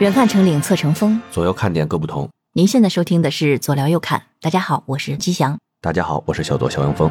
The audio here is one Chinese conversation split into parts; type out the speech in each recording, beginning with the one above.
远看成岭侧成峰。左右看点各不同。您现在收听的是左聊右看，大家好，我是吉祥。大家好，我是小左肖阳峰。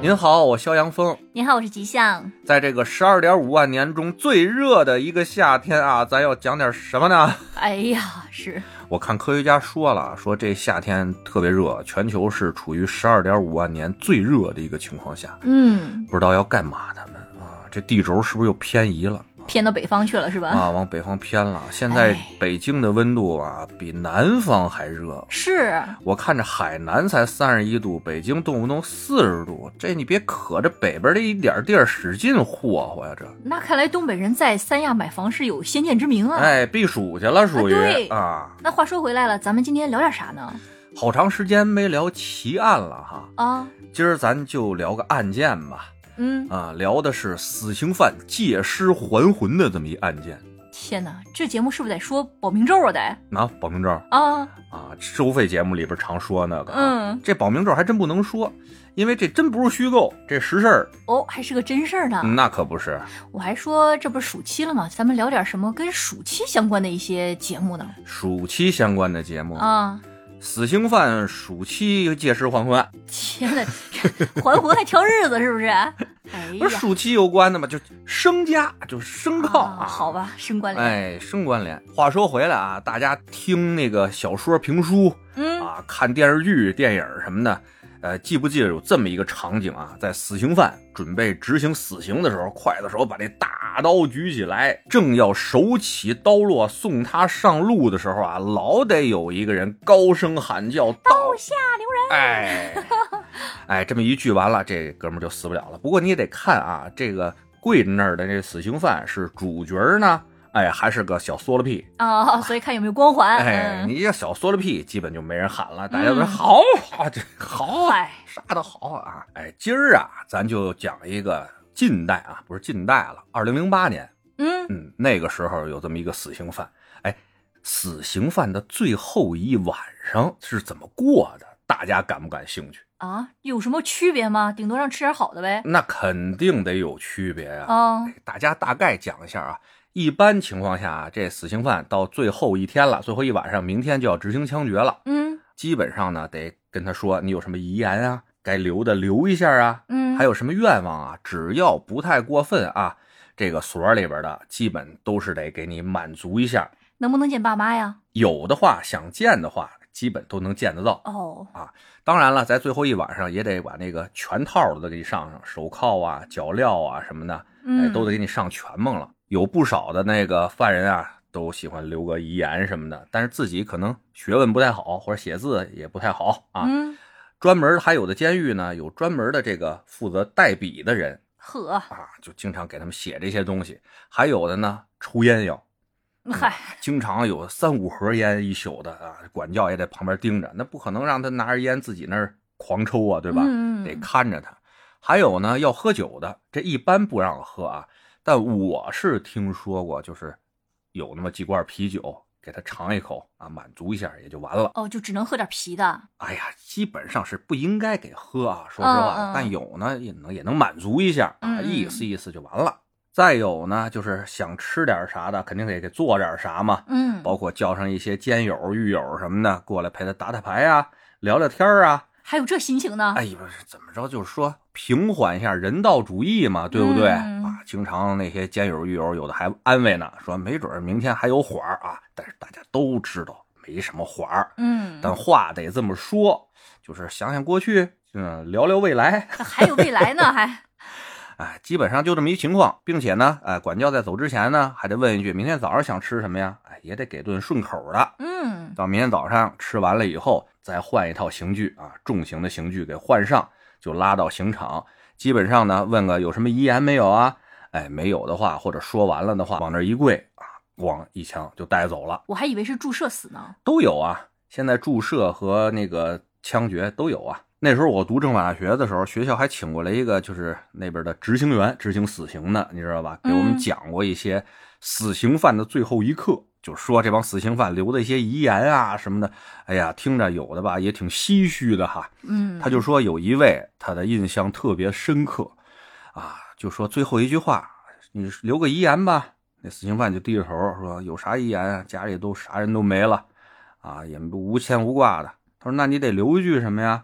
您好，我肖阳峰。你好，我是吉祥。在这个十二点五万年中最热的一个夏天啊，咱要讲点什么呢？ 哎呀，是我看科学家说了，说这夏天特别热，全球是处于十二点五万年最热的一个情况下，嗯，不知道要干嘛他们啊？这地轴是不是又偏移了偏到北方去了是吧？啊？往北方偏了。现在哎北京的温度啊，比南方还热。是，我看着海南才三十一度，北京动不动四十度，这你别可着北边这一点地儿使劲霍霍呀、这那看来东北人在三亚买房是有先见之明啊。哎，避暑去了，属于啊对啊，那话说回来了，咱们今天聊点啥呢？好长时间没聊奇案了哈，啊，今儿咱就聊个案件吧，嗯，啊，聊的是死刑犯借尸还魂的这么一案件。天哪，这节目是不是得说保命咒啊？得拿、保命咒啊，啊，收费节目里边常说那个，，啊嗯，这保命咒还真不能说，因为这真不是虚构，这实事儿，哦，还是个真事儿呢。那可不是。我还说这不是暑期了吗？咱们聊点什么跟暑期相关的一些节目呢？暑期相关的节目，啊，死刑犯暑期借尸还魂案，哎天哪，还魂还挑日子是 不是？哎不是呀，暑期有关的吗？就升家，就是升告啊好吧，升官了。哎，生关联。话说回来啊，大家听那个小说评书嗯，啊，看电视剧、电影什么的，呃，记不记得有这么一个场景啊？在死刑犯准备执行死刑的时候，刽子手把这大刀举起来，正要手起刀落送他上路的时候啊，老得有一个人高声喊叫：“刀下留人。哎， 哎，这么一句完了，这哥们儿就死不了了。不过你也得看啊，这个跪着那儿的这死刑犯是主角呢，哎，还是个小缩了屁？哦，所以看有没有光环。哎，嗯你这小缩了屁，基本就没人喊了，大家都说嗯好好这好嗨，啥都好啊。哎，今儿啊，咱就讲一个近代啊，不是近代了，二零零八年，嗯，嗯，那个时候有这么一个死刑犯，哎，死刑犯的最后一晚上是怎么过的？大家感不感兴趣？啊，有什么区别吗？顶多让吃点好的呗。那肯定得有区别呀、啊，大家大概讲一下啊。一般情况下啊，这死刑犯到最后一天了，最后一晚上，明天就要执行枪决了。嗯基本上呢，得跟他说你有什么遗言啊，该留的留一下啊，嗯，还有什么愿望啊，只要不太过分啊，这个所里边的基本都是得给你满足一下。能不能见爸妈呀？有的话想见的话，基本都能见得到。哦，当然了，在最后一晚上也得把那个全套的都给你上上，手铐啊、脚镣啊什么的，哎，嗯，都得给你上全蒙了。有不少的那个犯人啊，都喜欢留个遗言什么的，但是自己可能学问不太好，或者写字也不太好啊。嗯，专门还有的监狱呢，有专门的这个负责代笔的人呵，啊，就经常给他们写这些东西。还有的呢，抽烟要，嗯嗨，经常有三五盒烟一宿的啊，管教也得旁边盯着，那不可能让他拿着烟自己那儿狂抽啊，对吧？嗯得看着他。还有呢，要喝酒的，这一般不让喝啊，但我是听说过，就是有那么几罐啤酒，给他尝一口啊，满足一下也就完了。哦，就只能喝点啤的。哎呀，基本上是不应该给喝啊，说实话，嗯嗯但有呢也能也能满足一下啊，嗯嗯意思意思就完了。再有呢，就是想吃点啥的，肯定得给做点啥嘛。嗯，包括叫上一些监友、狱友什么的过来陪他打打牌啊，聊聊天儿啊。还有这心情呢？哎呦，怎么着，就是说平缓一下人道主义嘛，对不对、嗯啊？经常那些监友、狱友有的还安慰呢，说没准儿明天还有缓儿啊。但是大家都知道没什么缓儿，嗯，但话得这么说，就是想想过去，嗯，聊聊未来，还有未来呢，还哎，基本上就这么一情况，并且呢，哎，管教在走之前呢，还得问一句，明天早上想吃什么呀？哎，也得给顿顺口的。嗯，到明天早上吃完了以后，再换一套刑具啊，重刑的刑具给换上，就拉到刑场。基本上呢，问个有什么遗言没有啊？哎，没有的话，或者说完了的话，往那儿一跪啊，咣一枪就带走了，我还以为是注射死呢。都有啊。现在注射和那个枪决都有啊。那时候我读政法大学的时候，学校还请过来一个，就是那边的执行员执行死刑的，你知道吧？给我们嗯讲过一些死刑犯的最后一刻，就是说这帮死刑犯留的一些遗言啊什么的。哎呀，听着有的吧也挺唏嘘的哈。嗯，他就说有一位他的印象特别深刻，啊，就说最后一句话，你留个遗言吧。那死刑犯就低着头说：“有啥遗言啊？家里都啥人都没了，啊，也无牵无挂的。”他说：“那你得留一句什么呀？”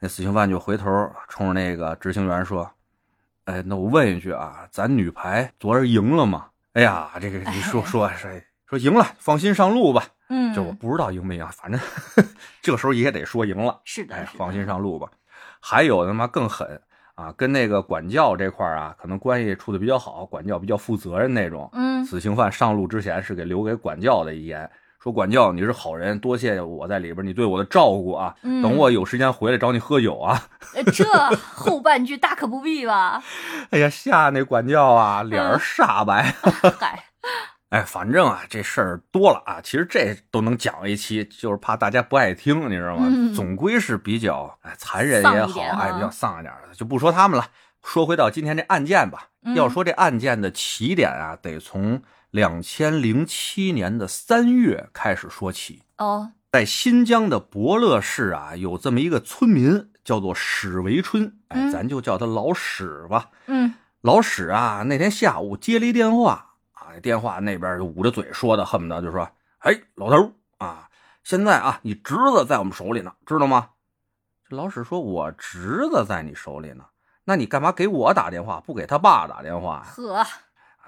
那死刑犯就回头冲着那个执行员说：“哎，那我问一句啊，咱女排昨儿赢了吗？”哎呀，这个你 说说谁说赢了，放心上路吧。嗯，就我不知道赢没赢，反正 这时候也得说赢了。是的，哎，是的放心上路吧。还有他妈更狠啊，跟那个管教这块儿啊，可能关系处的比较好，管教比较负责任那种。嗯，死刑犯上路之前是给留给管教的遗言，说管教你是好人，多谢我在里边儿你对我的照顾啊，嗯等我有时间回来找你喝酒啊。呃这后半句大可不必 吧？哎呀，吓那管教啊，脸嗯儿煞白。嗨，哎，反正啊，这事儿多了啊，其实这都能讲一期，就是怕大家不爱听，你知道吗？嗯总归是比较哎残忍丧也一好，点啊哎，哈比较丧一点的，就不说他们了。说回到今天这案件吧，嗯要说这案件的起点啊，得从两千零七年的三月开始说起。哦，在新疆的博乐市啊，有这么一个村民叫做史维春，哎，嗯咱就叫他老史吧。嗯老史啊，那天下午接了一电话啊，电话那边就捂着嘴说的，恨不得就说：“哎，老头儿啊，现在啊，你侄子在我们手里呢，知道吗？”这老史说：“我侄子在你手里呢，那你干嘛给我打电话，不给他爸打电话呀？”呵，啊，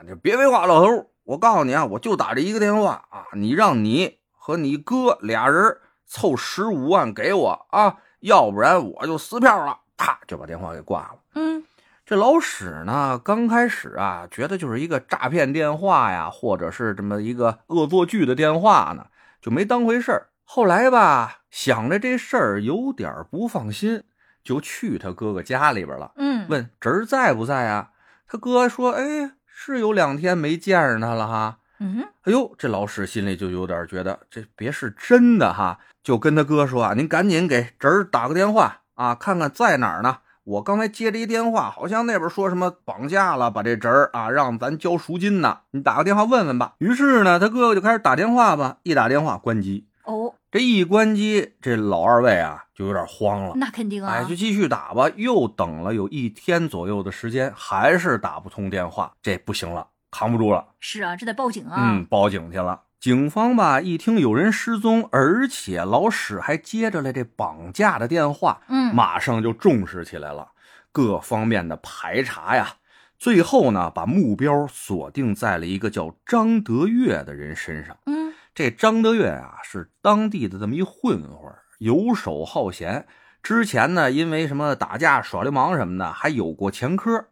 你别废话，老头儿，我告诉你啊，我就打这一个电话啊，你让你和你哥俩人凑十五万给我啊，要不然我就撕票了。啪，就把电话给挂了。嗯这老史呢，刚开始啊，觉得就是一个诈骗电话呀，或者是这么一个恶作剧的电话呢，就没当回事儿。后来吧，想着这事儿有点儿不放心，就去他哥哥家里边了。嗯，问侄儿在不在啊？他哥说：“哎，是有两天没见着他了哈。嗯”哎呦，这老史心里就有点觉得这别是真的哈，就跟他哥说啊：“您赶紧给侄儿打个电话啊，看看在哪儿呢。”我刚才接了一电话，好像那边说什么绑架了，把这侄儿啊让咱交赎金呢，你打个电话问问吧。于是呢，他哥哥就开始打电话吧，一打电话关机，哦，这一关机，这老二位啊就有点慌了。那肯定啊，哎，就继续打吧。又等了有一天左右的时间，还是打不通电话，这不行了，扛不住了，是啊，这得报警啊，嗯，报警去了。警方吧一听有人失踪，而且老史还接着来这绑架的电话，嗯，马上就重视起来了，各方面的排查呀。最后呢，把目标锁定在了一个叫张德月的人身上。嗯这张德月啊，是当地的这么一混混儿，游手好闲。之前呢，因为什么打架、耍流氓什么的，还有过前科。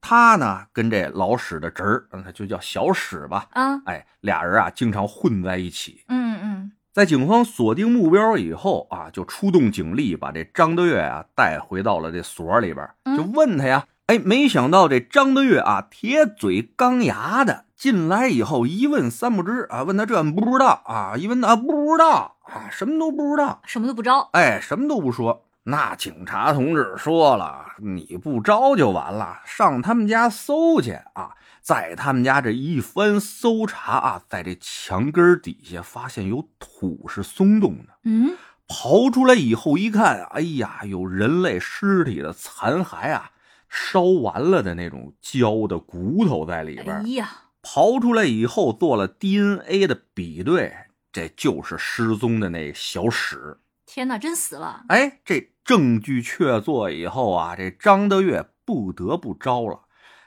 他呢，跟这老史的侄儿，嗯就叫小史吧，啊，哎，俩人啊，经常混在一起。嗯嗯在警方锁定目标以后啊，就出动警力把这张德月啊带回到了这所里边儿，嗯就问他呀，哎，没想到这张德月啊铁嘴钢牙的，进来以后一问三不知啊，问他这不知道啊，一问他啊不知道啊，什么都不知道，什么都不招，哎，什么都不说。那警察同志说了，你不招就完了，上他们家搜去啊！在他们家这一番搜查啊，在这墙根儿底下发现有土是松动的，嗯，刨出来以后一看，哎呀，有人类尸体的残骸啊，烧完了的那种焦的骨头在里边哎儿。呀，刨出来以后做了 DNA 的比对，这就是失踪的那小史。天哪，真死了，哎，这证据确凿以后啊，这张德月不得不招了。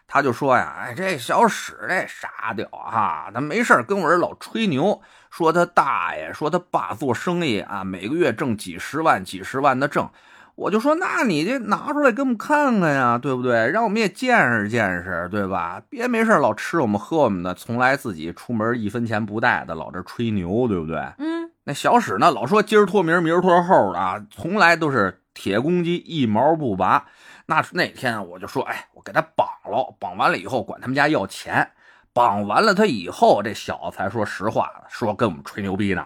他就说呀，哎，这小史这傻屌哈、他没事儿跟我这儿老吹牛，说他大爷，说他爸做生意啊，每个月挣几十万、几十万的挣。我就说，那你这拿出来给我们看看呀，对不对？让我们也见识见识，对吧？别没事儿老吃我们喝我们的，从来自己出门一分钱不带的，老这吹牛，对不对？嗯那小史呢，老说今儿脱名儿，明儿脱后的啊，从来都是铁公鸡，一毛不拔。那那天啊我就说，哎，我给他绑了，绑完了以后管他们家要钱，绑完了他以后，这小子才说实话，说跟我们吹牛逼呢。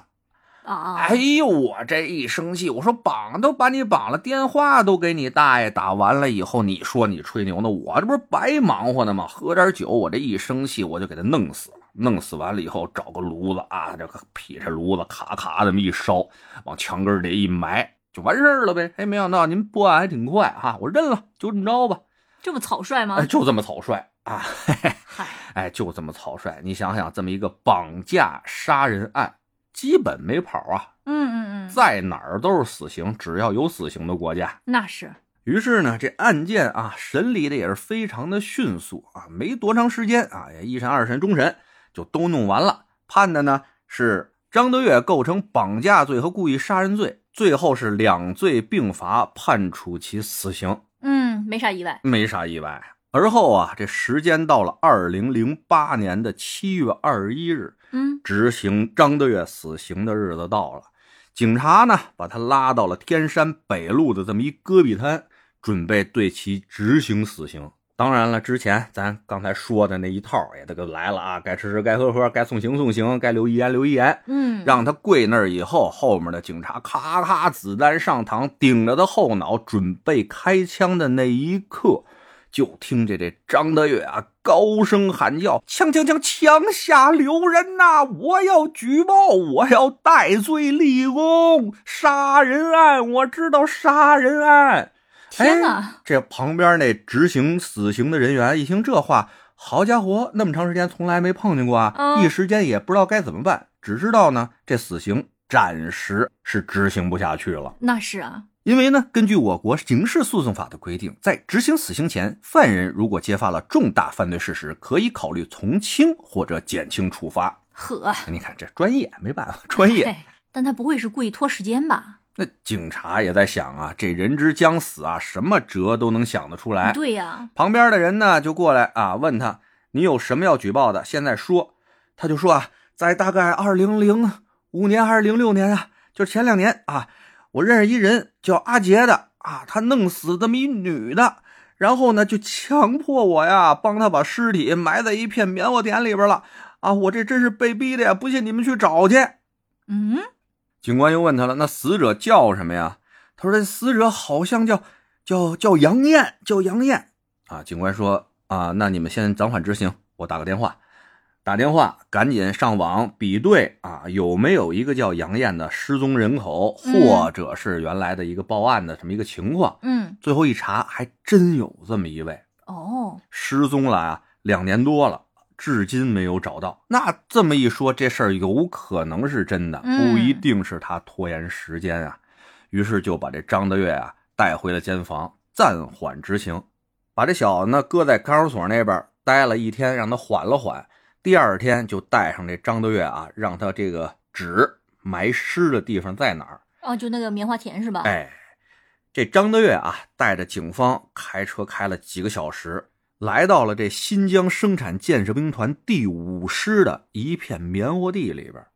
啊，哎呦，我这一生气，我说绑都把你绑了，电话都给你大爷打完了以后，你说你吹牛呢，我这不是白忙活呢吗？喝点酒，我这一生气我就给他弄死了。弄死完了以后，找个炉子啊，这个劈着炉子咔咔这么一烧，往墙根儿里一埋，就完事儿了呗。哎，没想到您破啊案还挺快哈、我认了，就这么着吧。这么草率吗哎，？就这么草率啊！嘿嘿嗨， 哎，就这么草率，你想想，这么一个绑架杀人案，基本没跑啊，嗯嗯嗯，在哪儿都是死刑，只要有死刑的国家。那是，于是呢，这案件啊审理的也是非常的迅速啊，没多长时间啊，也一审、二审、终审就都弄完了，判的呢是张德月构成绑架罪和故意杀人罪，最后是两罪并罚，判处其死刑，嗯，没啥意外，没啥意外。而后啊，这时间到了二零零八年的七月二十一日，嗯执行张德月死刑的日子到了，警察呢把他拉到了天山北路的这么一戈壁滩，准备对其执行死刑。当然了，之前咱刚才说的那一套也都给来了啊，该吃吃，该喝喝，该送行送行，该留遗言留遗言。嗯，让他跪那儿以后，后面的警察咔咔子弹上膛，顶着他后脑，准备开枪的那一刻，就听见这张德月啊高声喊叫：“枪枪枪，枪下留人呐、我要举报，我要戴罪立功，杀人案，我知道杀人案。”哎天哪，这旁边那执行死刑的人员一听这话，好家伙，那么长时间从来没碰见过啊，嗯一时间也不知道该怎么办，只知道呢这死刑暂时是执行不下去了。那是啊，因为呢，根据我国刑事诉讼法的规定，在执行死刑前，犯人如果揭发了重大犯罪事实，可以考虑从轻或者减轻处罚。哎呵，你看这专业没办法，专业。嘿，但他不会是故意拖时间吧？那警察也在想啊，这人之将死啊，什么辙都能想得出来。对呀、旁边的人呢就过来啊，问他你有什么要举报的，现在说。他就说啊，在大概二零零五年还是零六年啊，就是前两年啊，我认识一人叫阿杰的啊，他弄死这么一女的，然后呢就强迫我呀帮他把尸体埋在一片棉花田里边了啊，我这真是被逼的呀，不信你们去找去。嗯，警官又问他了，那死者叫什么呀？他说这死者好像叫叫叫杨艳，叫杨艳啊。警官说啊，那你们先暂缓执行，我打个电话。打电话，赶紧上网比对啊，有没有一个叫杨艳的失踪人口，或者是原来的一个报案的这么一个情况？嗯，最后一查，还真有这么一位哦，失踪了啊，两年多了，至今没有找到。那这么一说，这事儿有可能是真的，嗯不一定是他拖延时间啊。于是就把这张德月啊带回了监房，暂缓执行，把这小子呢搁在看守所那边待了一天，让他缓了缓。第二天就带上这张德月啊，让他这个纸埋尸的地方在哪儿？哦，就那个棉花田是吧？哎，这张德月啊，带着警方开车开了几个小时，来到了这新疆生产建设兵团第五师的一片棉花地里边儿，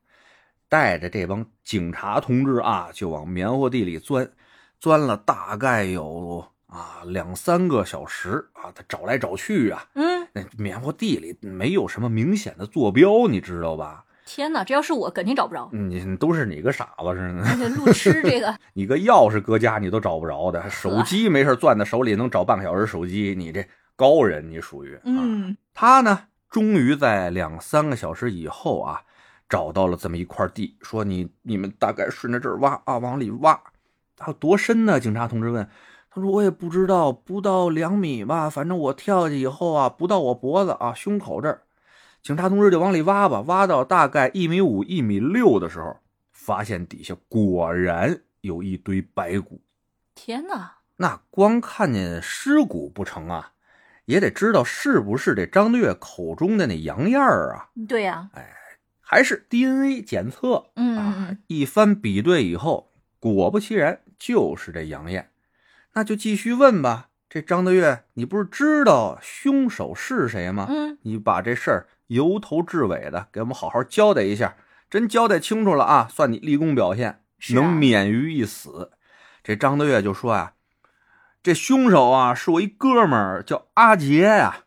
带着这帮警察同志啊，就往棉花地里钻，钻了大概有啊两三个小时啊，他找来找去啊，嗯，那棉花地里没有什么明显的坐标，你知道吧？天哪，这要是我肯定找不着，你你都是你个傻子似的。而且路痴这 个，你个钥匙搁家你都找不着的，手机没事攥在手里能找半个小时手机，你这高人你属于。啊，嗯，他呢，终于在两三个小时以后啊，找到了这么一块地，说你你们大概顺着这儿挖啊，往里挖，啊，多深呢？警察同志问。他说：“我也不知道，不到两米吧，反正我跳下去以后啊，不到我脖子啊，胸口这儿。”警察同志就往里挖吧，挖到大概一米五、一米六的时候，发现底下果然有一堆白骨。天哪，那光看见尸骨不成啊，也得知道是不是这张略口中的那杨燕儿啊，对呀、还是 DNA 检测嗯嗯啊嗯，？一番比对以后，果不其然就是这杨燕。那就继续问吧。这张德月，你不是知道凶手是谁吗？嗯，你把这事儿由头至尾的给我们好好交代一下，真交代清楚了啊，算你立功表现，是啊能免于一死。这张德月就说啊，这凶手啊是我一哥们儿叫阿杰呀、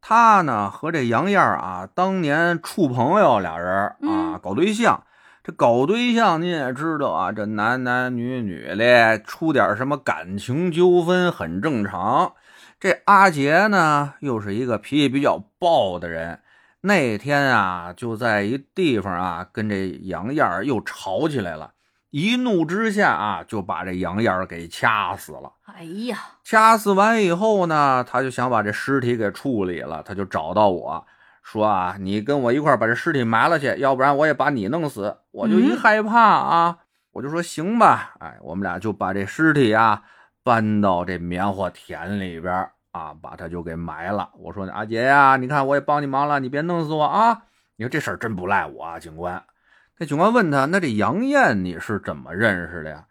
他呢和这杨燕儿啊当年处朋友俩人儿啊嗯搞对象。这搞对象您也知道啊，这男男女女嘞，出点什么感情纠纷很正常。这阿杰呢，又是一个脾气比较暴的人。那天啊，就在一地方啊，跟这杨燕儿又吵起来了。一怒之下啊，就把这杨燕儿给掐死了。哎呀，掐死完以后呢，他就想把这尸体给处理了，他就找到我，说啊，你跟我一块儿把这尸体埋了去，要不然我也把你弄死。我就一害怕啊，我就说行吧，哎，我们俩就把这尸体啊搬到这棉花田里边儿啊，把它就给埋了。我说阿杰呀、你看我也帮你忙了，你别弄死我啊！你说这事儿真不赖我啊，警官。那警官问他，那这杨艳你是怎么认识的呀？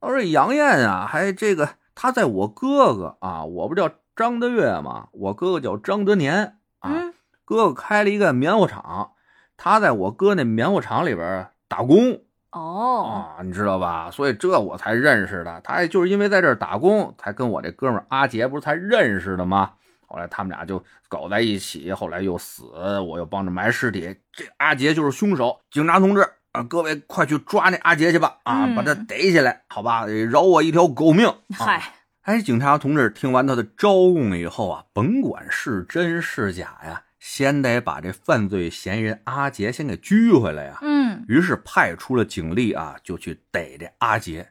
他说杨艳啊，还这个他在我哥哥啊，我不叫张德月吗？我哥哥叫张德年啊。嗯，哥哥开了一个棉花厂，他在我哥那棉花厂里边打工哦，啊，你知道吧？所以这我才认识的。他也就是因为在这儿打工，才跟我这哥们儿阿杰不是才认识的吗？后来他们俩就搞在一起，后来又死，我又帮着埋尸体。这阿杰就是凶手，警察同志啊，各位快去抓那阿杰去吧！啊，嗯把他逮起来，好吧，饶我一条 狗命！啊嗨，哎，警察同志听完他的招供以后啊，甭管是真是假呀，先得把这犯罪嫌疑人阿杰先给拘回来呀。嗯，于是派出了警力啊，就去逮这阿杰。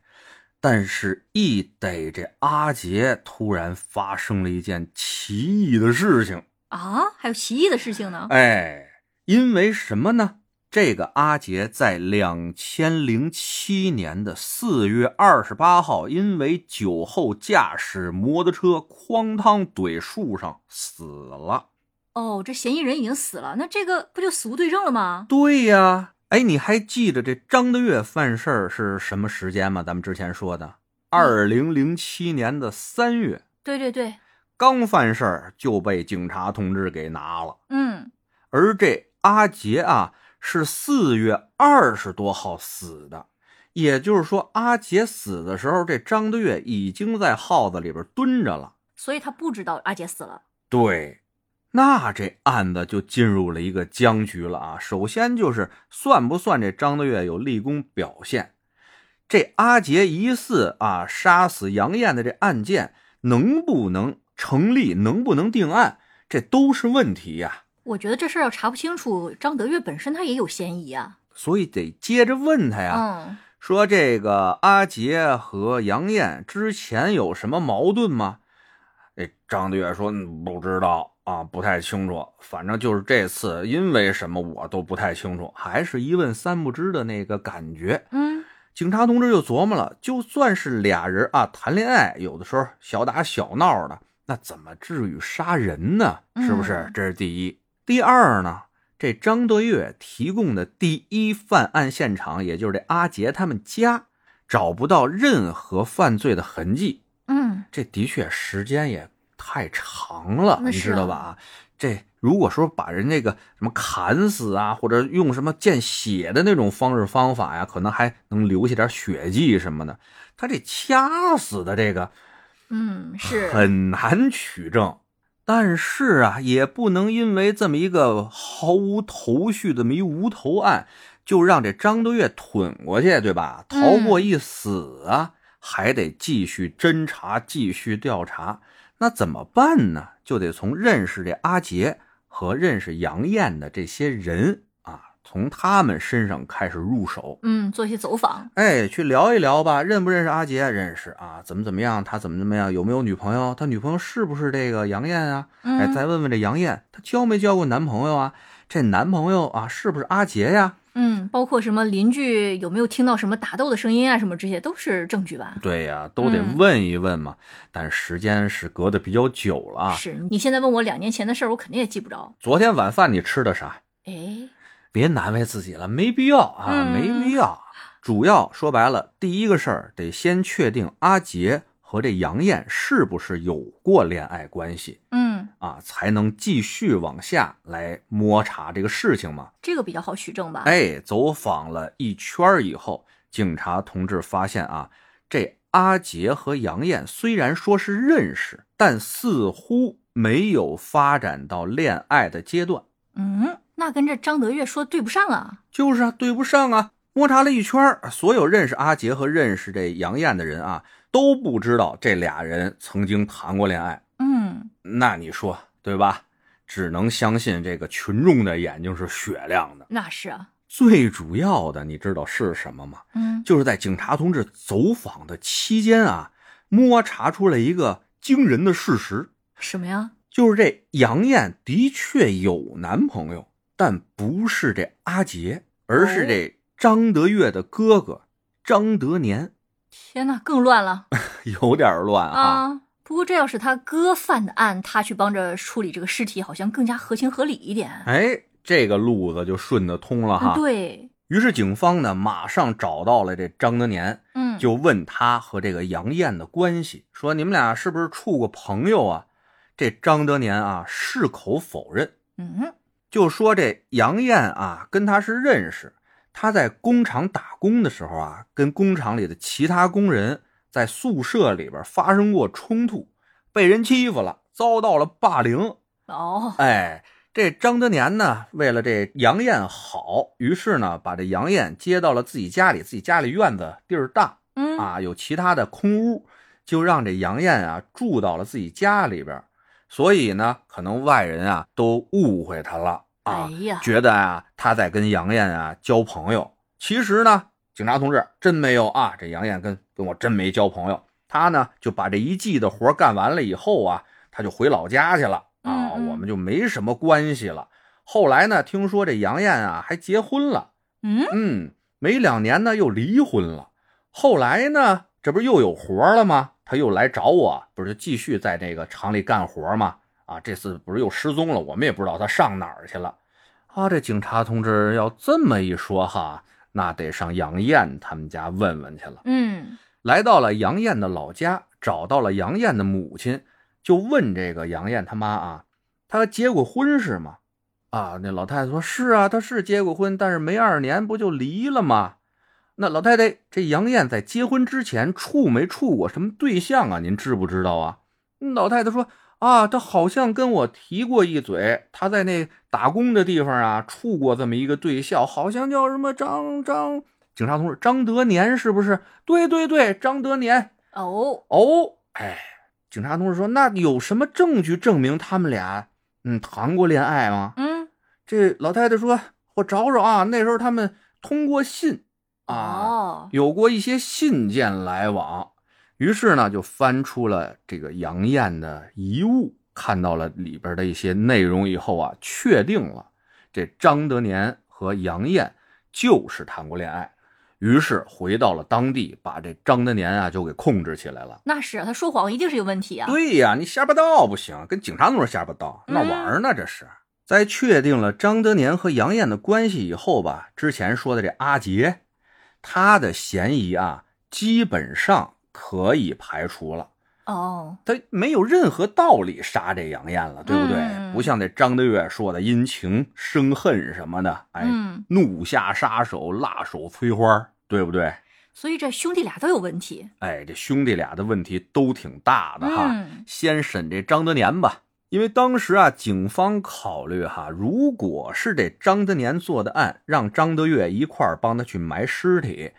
但是，一逮这阿杰，突然发生了一件奇异的事情。啊，还有奇异的事情呢，哎，因为什么呢？这个阿杰在两千零七年的四月二十八号，因为酒后驾驶摩托车哐当怼树上死了。哦，这嫌疑人已经死了，那这个不就死无对证了吗？对呀、哎，你还记得这张德月犯事儿是什么时间吗？咱们之前说的，二零零七年的三月，对对对，刚犯事儿就被警察同志给拿了。嗯，而这阿杰啊是四月二十多号死的，也就是说，阿杰死的时候，这张德月已经在号子里边蹲着了。所以他不知道阿杰死了，对，那这案子就进入了一个僵局了啊！首先就是算不算这张德月有立功表现？这阿杰疑似啊杀死杨艳的这案件能不能成立，能不能定案，这都是问题呀、我觉得这事儿要查不清楚，张德月本身他也有嫌疑啊，所以得接着问哎他呀。嗯，说这个阿杰和杨艳之前有什么矛盾吗？哎，张德月说嗯不知道啊，不太清楚。反正就是这次因为什么我都不太清楚，还是一问三不知的那个感觉。嗯，警察同志就琢磨了，就算是俩人啊谈恋爱，有的时候小打小闹的，那怎么至于杀人呢？是不是嗯？这是第一。第二呢，这张德月提供的第一犯案现场，也就是这阿杰他们家，找不到任何犯罪的痕迹。嗯，这的确时间也太长了，那你是知道吧？啊，这如果说把人那个什么砍死啊，或者用什么见血的那种方式方法呀，可能还能留下点血迹什么的。他这掐死的这个嗯，是，很难取证，但是啊，也不能因为这么一个毫无头绪的迷无头案，就让这张德月吞过去，对吧？逃过一死啊，还得继续侦查，继续调查。那怎么办呢？就得从认识这阿杰和认识杨艳的这些人啊，从他们身上开始入手。嗯，做一些走访，哎，去聊一聊吧，认不认识阿杰？认识啊，怎么怎么样？他怎么怎么样？有没有女朋友？他女朋友是不是这个杨艳啊？嗯，哎，再问问这杨艳，她交没交过男朋友啊？这男朋友啊，是不是阿杰呀、嗯，包括什么邻居有没有听到什么打斗的声音啊，什么这些都是证据吧？对呀、都得嗯问一问嘛。但时间是隔得比较久了啊。是你现在问我两年前的事儿，我肯定也记不着。昨天晚饭你吃的啥？哎，别难为自己了，没必要啊，嗯没必要。主要说白了，第一个事儿得先确定阿杰和这杨艳是不是有过恋爱关系。嗯，啊，才能继续往下来摸查这个事情嘛。这个比较好取证吧？，哎，走访了一圈儿以后，警察同志发现啊，这阿杰和杨艳虽然说是认识，但似乎没有发展到恋爱的阶段。嗯，那跟这张德月说对不上啊。就是啊，对不上啊。摸查了一圈儿，所有认识阿杰和认识这杨艳的人啊，都不知道这俩人曾经谈过恋爱。嗯，那你说对吧？只能相信这个群众的眼睛是雪亮的。那是啊。最主要的，你知道是什么吗？嗯，就是在警察同志走访的期间啊，摸查出了一个惊人的事实，什么呀？就是这杨艳的确有男朋友，但不是这阿杰，而是这张德月的哥哥张德年， 天哪，更乱了有点乱啊。啊！不过这要是他哥犯的案，他去帮着处理这个尸体，好像更加合情合理一点。哎，这个路子就顺得通了哈。嗯，对，于是警方呢，马上找到了这张德年，嗯，就问他和这个杨艳的关系，说你们俩是不是处过朋友啊？这张德年啊，矢口否认，嗯就说这杨艳啊跟他是认识，他在工厂打工的时候啊，跟工厂里的其他工人在宿舍里边发生过冲突，被人欺负了，遭到了霸凌。哦，哎，这张德年呢，为了这杨艳好，于是呢，把这杨艳接到了自己家里，自己家里院子地儿大嗯，啊，有其他的空屋，就让这杨艳啊住到了自己家里边儿。所以呢，可能外人啊都误会他了啊哎，呀，觉得啊他在跟杨艳啊交朋友。其实呢，警察同志真没有啊，这杨艳跟跟我真没交朋友。他呢就把这一季的活干完了以后啊，他就回老家去了啊，嗯嗯我们就没什么关系了。后来呢，听说这杨艳啊还结婚了，嗯，嗯，没两年呢又离婚了。后来呢，这不是又有活儿了吗？他又来找我，不是继续在这个厂里干活吗？啊，这次不是又失踪了，我们也不知道他上哪儿去了。啊，这警察同志要这么一说哈，那得上杨艳他们家问问去了。嗯，来到了杨艳的老家，找到了杨艳的母亲，就问这个杨艳他妈啊，她结过婚是吗？啊，那老太太说是啊，她是结过婚，但是没二年不就离了吗？那老太太，这杨艳在结婚之前处没处过什么对象啊？您知不知道啊？老太太说啊，她好像跟我提过一嘴，她在那打工的地方啊处过这么一个对象，好像叫什么张张警察同志张德年是不是？对对对，张德年。哦，哦，哎，警察同志说，那有什么证据证明他们俩嗯谈过恋爱吗？嗯，这老太太说，我找找啊，那时候他们通过信啊，哦，有过一些信件来往。于是呢，就翻出了这个杨艳的遗物，看到了里边的一些内容以后啊，确定了这张德年和杨艳就是谈过恋爱。于是回到了当地，把这张德年啊就给控制起来了。那是啊，他说谎一定是有问题啊。对呀、你瞎八道不行，跟警察同志瞎八道，嗯闹玩儿呢这是。在确定了张德年和杨艳的关系以后吧，之前说的这阿杰，他的嫌疑啊，基本上可以排除了。哦，他没有任何道理杀这杨艳了，对不对？嗯不像那张德月说的因情生恨什么的，哎，嗯，怒下杀手，辣手摧花儿，对不对？所以这兄弟俩都有问题。哎，这兄弟俩的问题都挺大的哈。嗯，先审这张德年吧，因为当时啊，警方考虑哈，如果是这张德年做的案，让张德月一块儿帮他去埋尸体，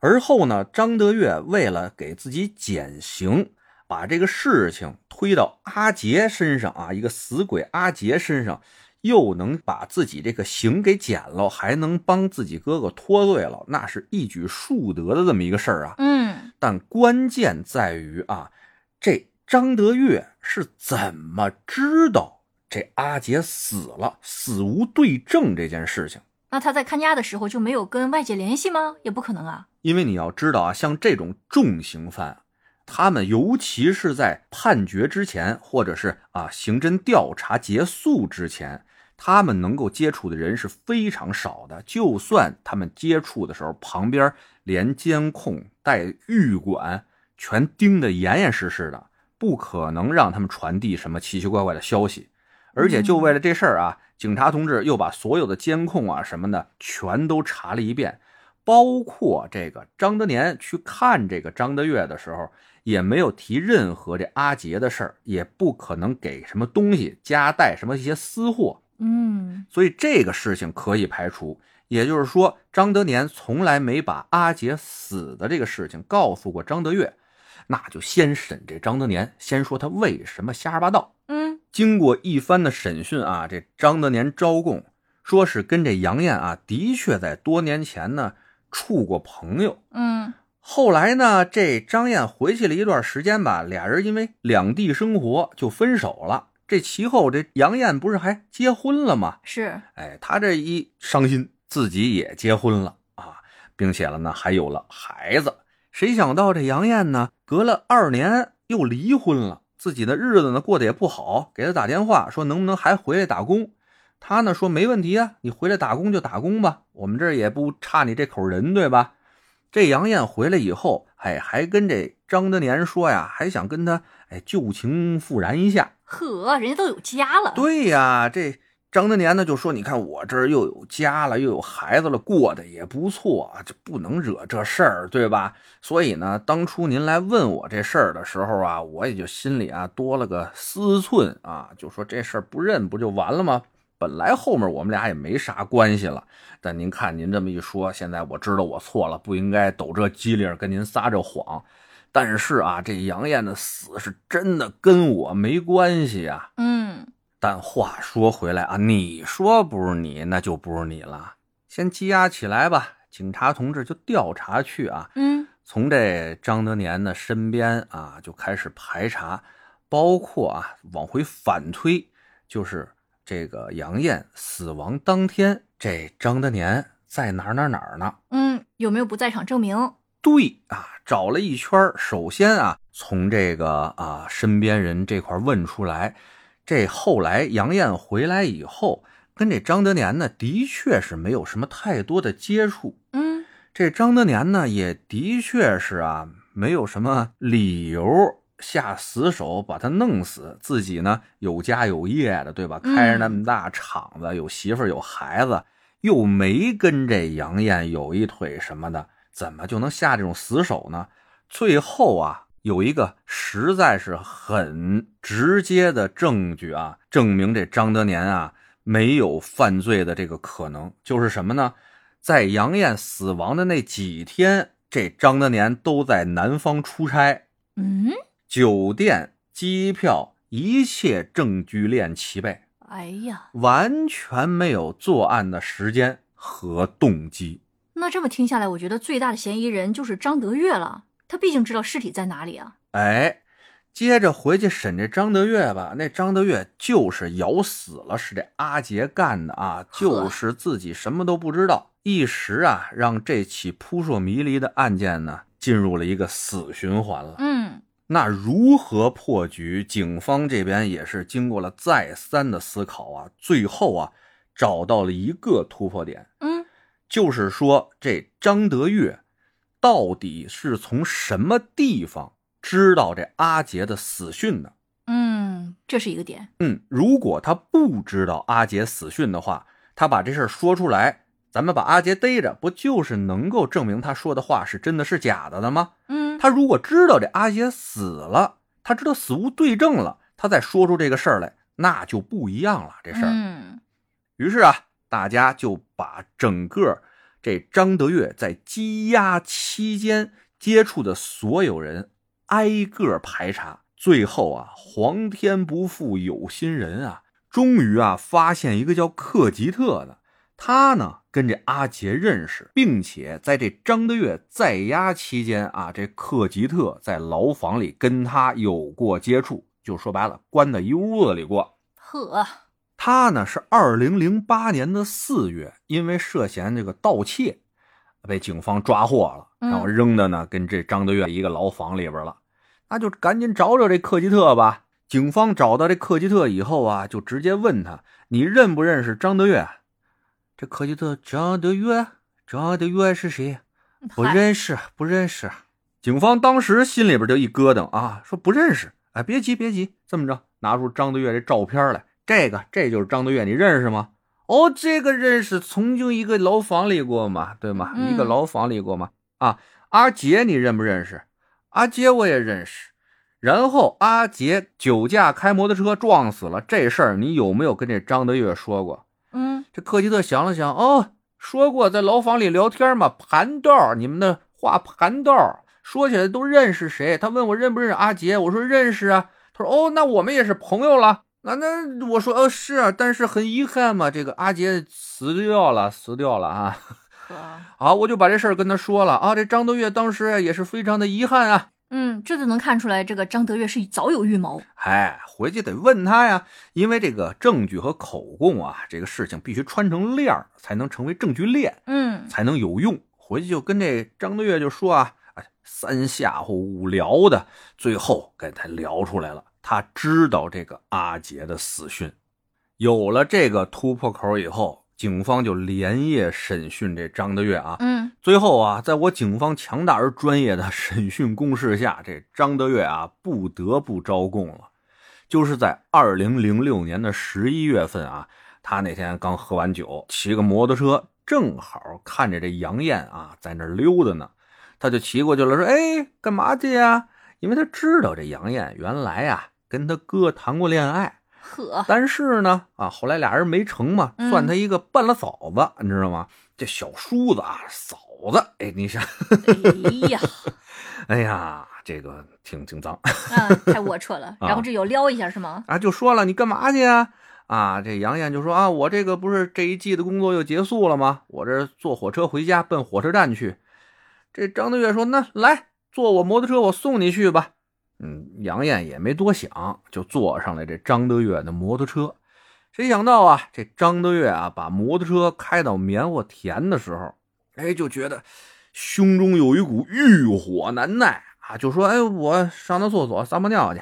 而后呢，张德月为了给自己减刑，把这个事情推到阿杰身上啊，一个死鬼阿杰身上。又能把自己这个刑给减了，还能帮自己哥哥脱罪了，那是一举数得的这么一个事儿啊。嗯，但关键在于啊，这张德月是怎么知道这阿杰死了、死无对证这件事情？那他在看家的时候就没有跟外界联系吗？也不可能啊。因为你要知道啊，像这种重刑犯，啊他们尤其是在判决之前，或者是啊刑侦调查结束之前，他们能够接触的人是非常少的。就算他们接触的时候，旁边连监控带狱管全盯得严严实实的，不可能让他们传递什么奇奇怪怪的消息。而且就为了这事儿啊，警察同志又把所有的监控啊什么的全都查了一遍，包括这个张德年去看这个张德月的时候，也没有提任何这阿杰的事儿，也不可能给什么东西夹带什么一些私货，嗯，所以这个事情可以排除。也就是说，张德年从来没把阿杰死的这个事情告诉过张德月，那就先审这张德年，先说他为什么瞎八道。嗯，经过一番的审讯啊，这张德年招供，说是跟这杨艳啊，的确在多年前呢处过朋友。嗯，后来呢，这张燕回去了一段时间吧，俩人因为两地生活就分手了。这这其后这杨艳不是还结婚了吗？是哎，她这一伤心，自己也结婚了啊，并且了呢还有了孩子。谁想到这杨艳呢，隔了二年又离婚了，自己的日子呢过得也不好，给她打电话说能不能还回来打工。她呢说没问题啊，你回来打工就打工吧，我们这儿也不差你这口人，对吧？这杨艳回来以后，哎，还跟这张德年说呀，还想跟他哎旧情复燃一下。呵，人家都有家了，对呀，这张德年呢就说：“你看我这儿又有家了，又有孩子了，过得也不错啊，这不能惹这事儿，对吧？所以呢，当初您来问我这事儿的时候啊，我也就心里啊多了个思忖啊，就说这事儿不认不就完了吗？本来后面我们俩也没啥关系了，但您看您这么一说，现在我知道我错了，不应该抖这机灵跟您撒这谎。”但是啊，这杨艳的死是真的跟我没关系啊。嗯，但话说回来啊，你说不是你，那就不是你了。先羁押起来吧，警察同志就调查去啊。嗯，从这张德年的身边啊，就开始排查，包括啊往回反推，就是这个杨艳死亡当天，这张德年在哪儿哪儿哪儿呢？嗯，有没有不在场证明？对啊，找了一圈儿，首先啊，从这个啊身边人这块儿问出来，这后来杨艳回来以后，跟这张德年呢，的确是没有什么太多的接触。嗯，这张德年呢，也的确是啊，没有什么理由下死手把他弄死。自己呢有家有业的，对吧？嗯开着那么大厂子，有媳妇儿有孩子，又没跟这杨艳有一腿什么的，怎么就能下这种死手呢？最后啊，有一个实在是很直接的证据啊，证明这张德年啊没有犯罪的这个可能，就是什么呢？在杨艳死亡的那几天，这张德年都在南方出差，嗯，酒店、机票，一切证据链齐备，哎呀，完全没有作案的时间和动机。那这么听下来，我觉得最大的嫌疑人就是张德月了。他毕竟知道尸体在哪里啊。哎，接着回去审这张德月吧。那张德月就是咬死了，是这阿杰干的啊，就是自己什么都不知道，一时啊，让这起扑朔迷离的案件呢，进入了一个死循环了。嗯，那如何破局？警方这边也是经过了再三的思考啊，最后啊，找到了一个突破点，嗯，就是说这张德月到底是从什么地方知道这阿杰的死讯的？嗯，这是一个点。嗯，如果他不知道阿杰死讯的话，他把这事儿说出来，咱们把阿杰逮着，不就是能够证明他说的话是真的是假的了吗？嗯，他如果知道这阿杰死了，他知道死无对证了，他再说出这个事儿来，那就不一样了。这事儿，嗯于是啊，大家就把整个这张德月在羁押期间接触的所有人挨个排查，最后啊，皇天不负有心人啊，终于啊发现一个叫克吉特的，他呢跟这阿杰认识，并且在这张德月在押期间啊，这克吉特在牢房里跟他有过接触，就说白了，关在一屋子里过。呵，他呢是二零零八年的四月，因为涉嫌这个盗窃，被警方抓获了，嗯然后扔的呢跟这张德月一个牢房里边了。那就赶紧找找这克吉特吧。警方找到这克吉特以后啊，就直接问他：“你认不认识张德月？”这克吉特：“张德月，张德月是谁？啊不嗨认识，不认识。”警方当时心里边就一咯噔啊，说不认识。哎，别急，别急，这么着，拿出张德月这照片来，这个这就是张德月，你认识吗？哦，这个认识，曾经一个牢房里过嘛，对吗？嗯一个牢房里过嘛。啊，阿杰你认不认识？阿杰我也认识。然后阿杰酒驾开摩托车撞死了，这事儿你有没有跟这张德月说过？嗯这柯基特想了想，哦，说过在牢房里聊天嘛，盘道儿，你们的话盘道儿，说起来都认识谁？他问我认不认识阿杰，我说认识啊。他说哦，那我们也是朋友了。那那我说哦是啊，但是很遗憾嘛，这个阿杰死掉了，死掉了啊。呵，好，我就把这事儿跟他说了啊。这张德月当时也是非常的遗憾啊，嗯，这就能看出来这个张德月是早有预谋。哎，回去得问他呀，因为这个证据和口供啊，这个事情必须穿成链儿，才能成为证据链，嗯才能有用。回去就跟这张德月就说啊，哎，三下或五聊的，最后给他聊出来了，他知道这个阿杰的死讯。有了这个突破口以后，警方就连夜审讯这张德月啊，嗯最后啊，在我警方强大而专业的审讯攻势下，这张德月啊不得不招供了。就是在二零零六年的十一月份啊，他那天刚喝完酒，骑个摩托车，正好看着这杨艳啊在那儿溜达呢，他就骑过去了，说：“哎，干嘛去呀？”因为他知道这杨艳原来啊跟他哥谈过恋爱，呵， 但是呢，啊，后来俩人没成嘛，嗯算他一个半拉嫂子，你知道吗？这小叔子啊，嫂子，哎，你想，哎呀，哎呀，这个挺挺脏啊，太龌龊了。然后这有撩一下是吗？啊，就说了，你干嘛去呀、啊？这杨艳就说啊，我这个不是这一季的工作又结束了吗？我这坐火车回家，奔火车站去。这张德月说，那来坐我摩托车，我送你去吧。嗯，杨艳也没多想，就坐上了这张德月的摩托车。谁想到啊，这张德月啊，把摩托车开到棉花田的时候，哎，就觉得胸中有一股欲火难耐啊，就说：“哎，我上趟厕所撒泡尿去。”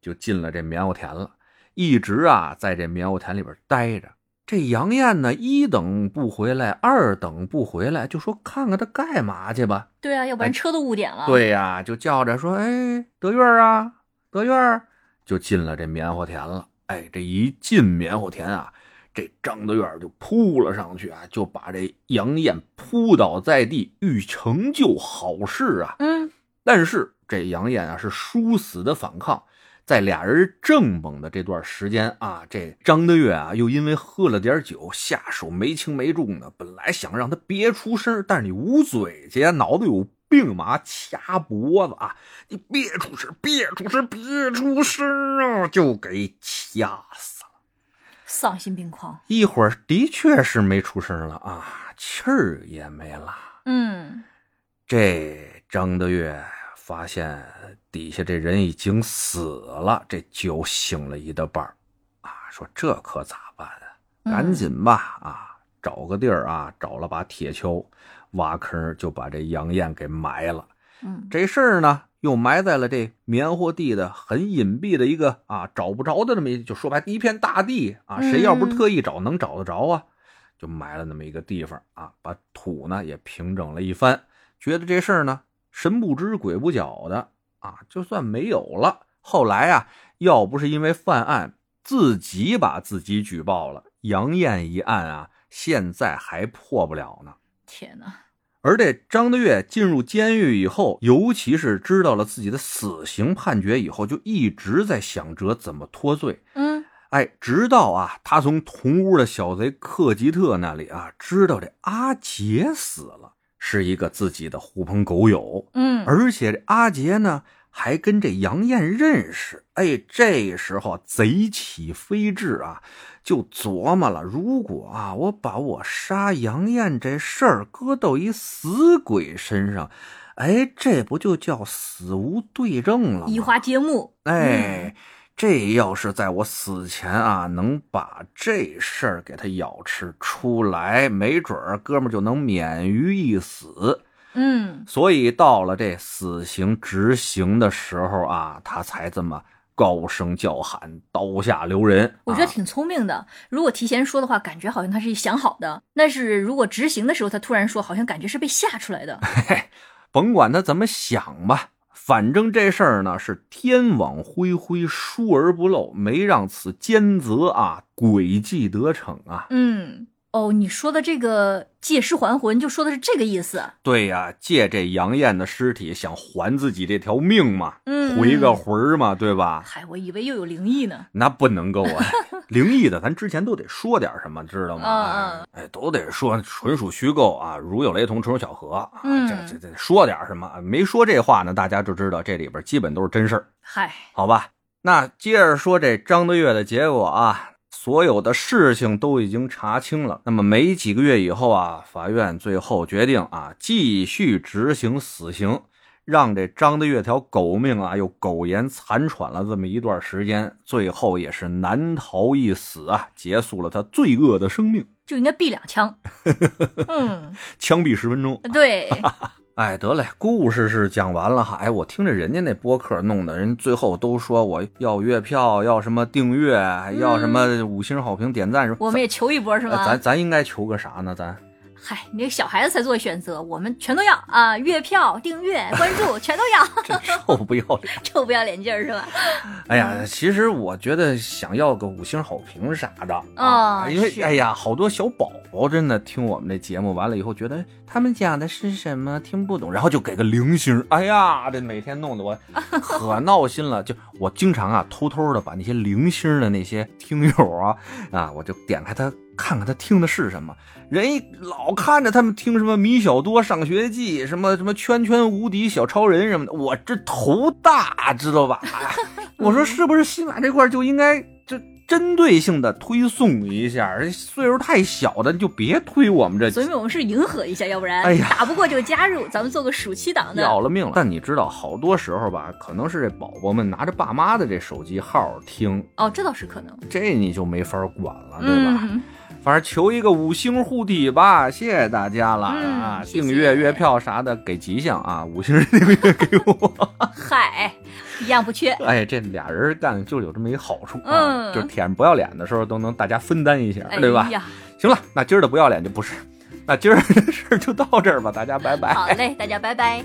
就进了这棉花田了，一直啊在这棉花田里边待着。这杨艳呢，一等不回来，二等不回来，就说看看他干嘛去吧。对啊，要不然车都误点了。，对呀、就叫着说：“哎，德月儿啊，德月儿！”就进了这棉花田了。哎，这一进棉花田啊，这张德月儿就扑了上去啊，就把这杨艳扑倒在地，欲成就好事啊。嗯但是这杨艳啊是殊死的反抗，在俩人正猛的这段时间啊，这张德月啊又因为喝了点酒，下手没轻没重的，本来想让他别出声，但是你捂嘴去，脑子有病嘛，掐脖子啊，你别出声，别出声，别出声啊，就给掐死了。丧心病狂。一会儿的确是没出声了啊，气儿也没了。嗯，这张德月发现底下这人已经死了，这酒醒了一大半儿啊，说这可咋办啊？嗯赶紧吧啊，找个地儿啊，找了把铁锹，挖坑就把这杨艳给埋了。嗯这事儿呢，又埋在了这棉花地的很隐蔽的一个啊找不着的那么一，就说白了一片大地啊，嗯谁要不是特意找，能找得着啊？就埋了那么一个地方啊，把土呢也平整了一番，觉得这事儿呢神不知鬼不觉的啊，就算没有了。后来啊，要不是因为犯案自己把自己举报了，杨艳一案啊，现在还破不了呢。天哪，而这张德月进入监狱以后，尤其是知道了自己的死刑判决以后，就一直在想着怎么脱罪。嗯哎，直到啊，他从同屋的小贼克吉特那里啊，知道这阿杰死了，是一个自己的狐朋狗友，嗯，而且这阿杰呢还跟这杨艳认识。哎，这时候贼起飞智啊，就琢磨了：如果啊，我把我杀杨艳这事儿搁到一死鬼身上，哎，这不就叫死无对证了吗？移花接木。哎，这要是在我死前啊，能把这事儿给他咬吃出来，没准儿哥们儿就能免于一死。嗯所以到了这死刑执行的时候啊，他才这么高声叫喊，刀下留人。我觉得啊挺聪明的。如果提前说的话，感觉好像他是想好的；但是如果执行的时候他突然说，好像感觉是被吓出来的。甭管他怎么想吧，反正这事儿呢是天网恢恢，疏而不漏，没让此奸贼啊诡计得逞啊。嗯，哦，你说的这个借尸还魂，就说的是这个意思。对呀、借这杨艳的尸体想还自己这条命嘛，嗯回个魂儿嘛，对吧？嗨，我以为又有灵异呢。那不能够 啊！灵异的，咱之前都得说点什么，知道吗嗯？哎，都得说，纯属虚构啊，如有雷同，纯属巧合啊。嗯这这这说点什么？没说这话呢，大家就知道这里边基本都是真事儿，嗨，好吧？那接着说这张德月的结果啊，所有的事情都已经查清了。那么没几个月以后啊，法院最后决定啊，继续执行死刑。让这张的月条狗命啊又苟延残喘了这么一段时间，最后也是难逃一死啊，结束了他罪恶的生命，就应该毙两 枪。嗯，枪毙十分钟。对，哎，得嘞，故事是讲完了哈。哎，我听着人家那播客弄的，人最后都说我要月票，要什么订阅，还要什么五星好评、点赞什么。嗯我们也求一波是咱吗？呃 咱咱应该求个啥呢？咱 嗨，你这小孩子才做选择，我们全都要啊！月票、订阅、关注，全都要，真臭不要脸！臭不要脸劲儿是吧？哎呀，其实我觉得想要个五星好评啥的啊因为是哎呀，好多小宝宝真的听我们这节目完了以后，觉得哎他们讲的是什么听不懂，然后就给个零星。哎呀，这每天弄 得我可闹心了。就我经常啊，偷偷的把那些零星的那些听友啊啊，我就点开他。看看他听的是什么，人一老看着他们听什么《米小多上学记》，什么什么《圈圈无敌小超人》什么的，我这头大，知 道吧？我说是不是西马这块儿就应该就针对性的推送一下？这岁数太小的就别推我们这所以我们是迎合一下，要不然、哎呀打不过就加入，咱们做个暑期档要的。了命了。但你知道，好多时候吧，可能是这宝宝们拿着爸妈的这手机号听，哦，这倒是可能，这你就没法管了，对吧？嗯，反正求一个五星护体吧，谢谢大家了、嗯啊！谢谢订阅、月票啥的给吉祥啊， 五星订阅给我。 嗨，一样不缺。哎，这俩人干就有这么一好处啊，嗯就是舔不要脸的时候都能大家分担一下，对吧哎？呀，行了，那今儿的不要脸就不是，那今儿的事儿就到这儿吧，大家拜拜。 好嘞，大家拜拜。